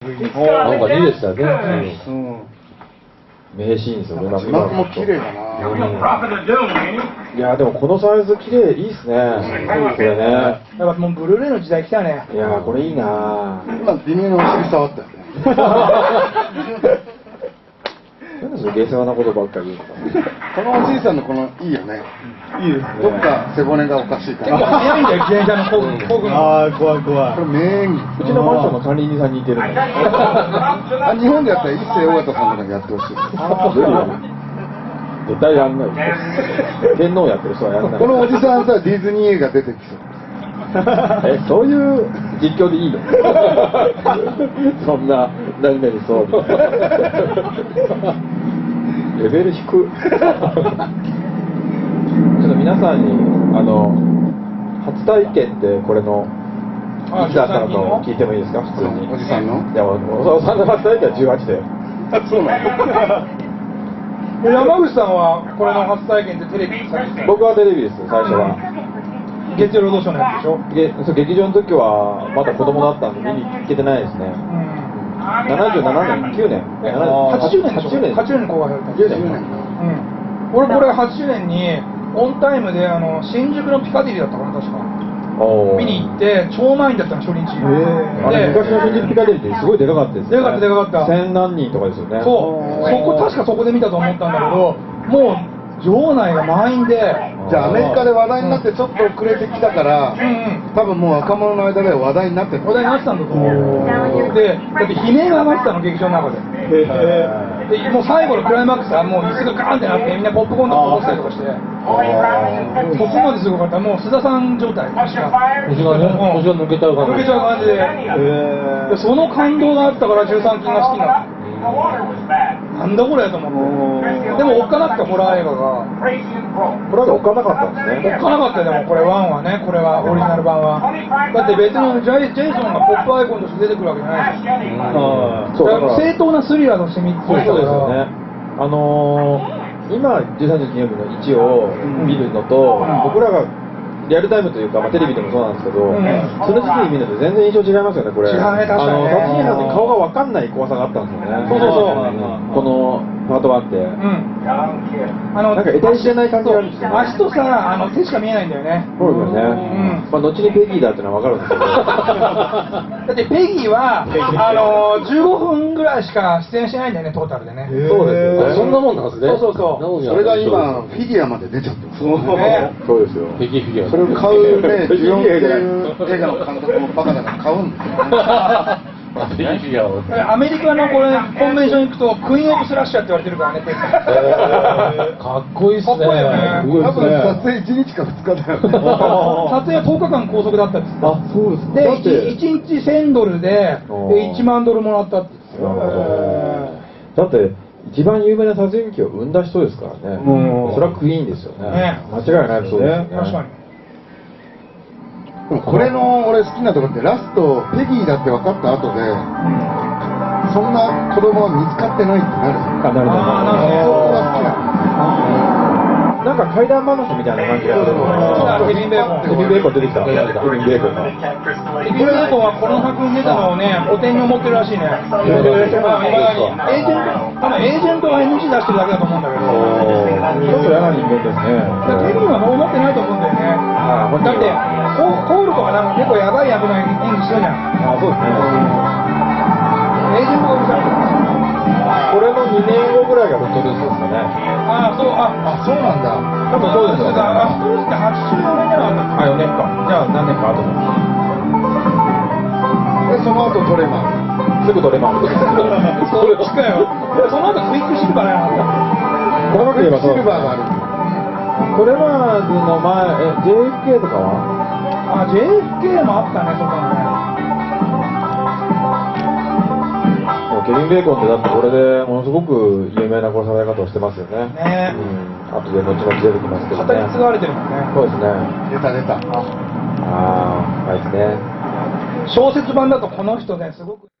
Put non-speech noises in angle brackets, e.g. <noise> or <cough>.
なんかいいでしたよね。うん。名シーンですよね、字幕も綺麗だな。いや、でもこのサイズ綺麗、いいっすね。これね。やっぱもうブルーレイの時代来たね。いや、これいいな今微妙なお尻触ったよね。なんでそれ下世話なことばっかり言うんですか。このおじいさんのこのいいよね。いいよ。どっか背骨がおかしいか結構ら。早いんだよ、自転車の工具工具の。あー、怖い怖これ名演うちのマンションの管理人さんに似てるの。技。 <laughs> あ日本でやったら一世尾形さんとかにやってほしい。無理よ絶対やんないよ。天皇やってる人はやんない。このおじさんさディズニー映画出てきそう。えそういう実況でいいのそんな何々そうみたいなレベル低いちょっと皆さんにあの初体験ってこれのあいつだったのかを聞いてもいいですか普通におじさんのいやおおおさんの初体験は18だよそうなの。え山口さんはこれの初体験でテレビに参加した僕はテレビです最初は月曜ロードショーのやつでしょ。げそう劇場の時はまだ子供だったんで見に行けてないですねうん。 77年9年え70 80年でしょ。 80年80年に公開されたんです10よ。年うん。俺これ80年にオンタイムであの新宿のピカディリーだったかな確か。おー見に行って超満員だったの初日。あれ昔での新宿ピカデリーってすごいでかかったですねでかかったでかかった千何人とかですよねそう、そこ、確かそこで見たと思ったんだけど、もう場内が満員で、じゃあアメリカで話題になってちょっと遅れてきたかう、らん多分もう若者の間では話題になってるうん、。話題になってたんだと思う、で、だって悲鳴が上がってたの、劇場の中で。へーでもう最後のクライマックスはもう椅子がガーンってなってみんなポップコーンとか落としたりとかしてそこまですごかったもう須田さん状態腰が腰がね腰が抜けちゃう感じ抜けちゃう感じででその感動があったから13金が好きになったなんだこれと思ってでもおっかなくてホラー映画がこれは置かなかったんですねおっかなかったよでもこれワンはねこれはオリジナル版はだって別にジャイジェイソンがポップアイコンとして出てくるわけじゃないしあーそうだだかからら正当なスリラーの染みそっうてですよね。ねあのー、今、13時金曜日の1を見るのと、僕らがリアルタイムというか、まあ、テレビでもそうなんですけど、んその時期に見ると全然印象違いますよね、これ。違うね確かにねあの、殺人犯って顔が分かんない怖さがあったんですよね。そうそうそうこのパート1って。うんあのなんか得体知れない感じがあるんですよね。足とさあの手しか見えないんだよねそうですよね。うんまあ、後にペギーだってのは分かるんですけだってペギーはあの15分ぐらいしか出演してないんだよねトータルでねど、そうですよね。そんなもんなんですね。そうそうそそれが今フィギュアまで出ちゃってます。うねそうですよ。敵フィギュア。それを買う <laughs> ね、ジオンっていう映画の監督もバカだから買うんですよね。あ敵フィギュアを。アメリカのこれコンベンション行くとクイーン・オブ・スラッシャーって言われてるからねペギーかっこいいっすね。かっこいいよねすごいっ多す分撮ね。影1日か2日だよね。撮影は10日間拘束だったんですあ、そうですか。だっでて一1日1000ドルででおー1万ドルもらったって言ってたなるほどだって一番有名な殺人鬼を生んだ人ですからね、それはクイーンですよねね間違いないですよね確かにでもこれの俺好きなところってラストペギーだって分かった後で、そんな子供は見つかってないってなる。あなるほどあーなるほなそこが好きなの。んか怪談話みたいな感じがする好きなケテビン・ベーコンレビベーコン出てきたテレビベーコンがエビベーコンはこの作品出たのをね、お手に思ってるらしいね。まあ、いまだにエージェント、多分エージェントが NG 出してるだけだと思うんだけど、ちょっと嫌な人間ですねだからケビンはそう思ってないと思うんだよね。あだって、ココールとかなんか結構やばい役の演技してるじゃん。あそうですねエージェントがうるさいこれの2年後ぐらいが本当ですよねああ、そう、あ、あ、そうなんだ。多分そうですよねあ、そうって84年じゃなかっあ4年かじゃあ何年か後で、その後トレマン。すぐ取れ <laughs> ますた。そっちかよ。その後クイックシルバーやな。細かく言えばシそうルバーがある。トレマーズの前え JFK とかあ、は JFK もあったね、そこにね。でもケビン・ベーコンってだってこれでものすごく有名な殺され方をしてますよねねうん後で後々出てきますけど語ねり継がれてるもんね。そうですね出た出た。ああはいですね小説版だとこの人ね、すごく。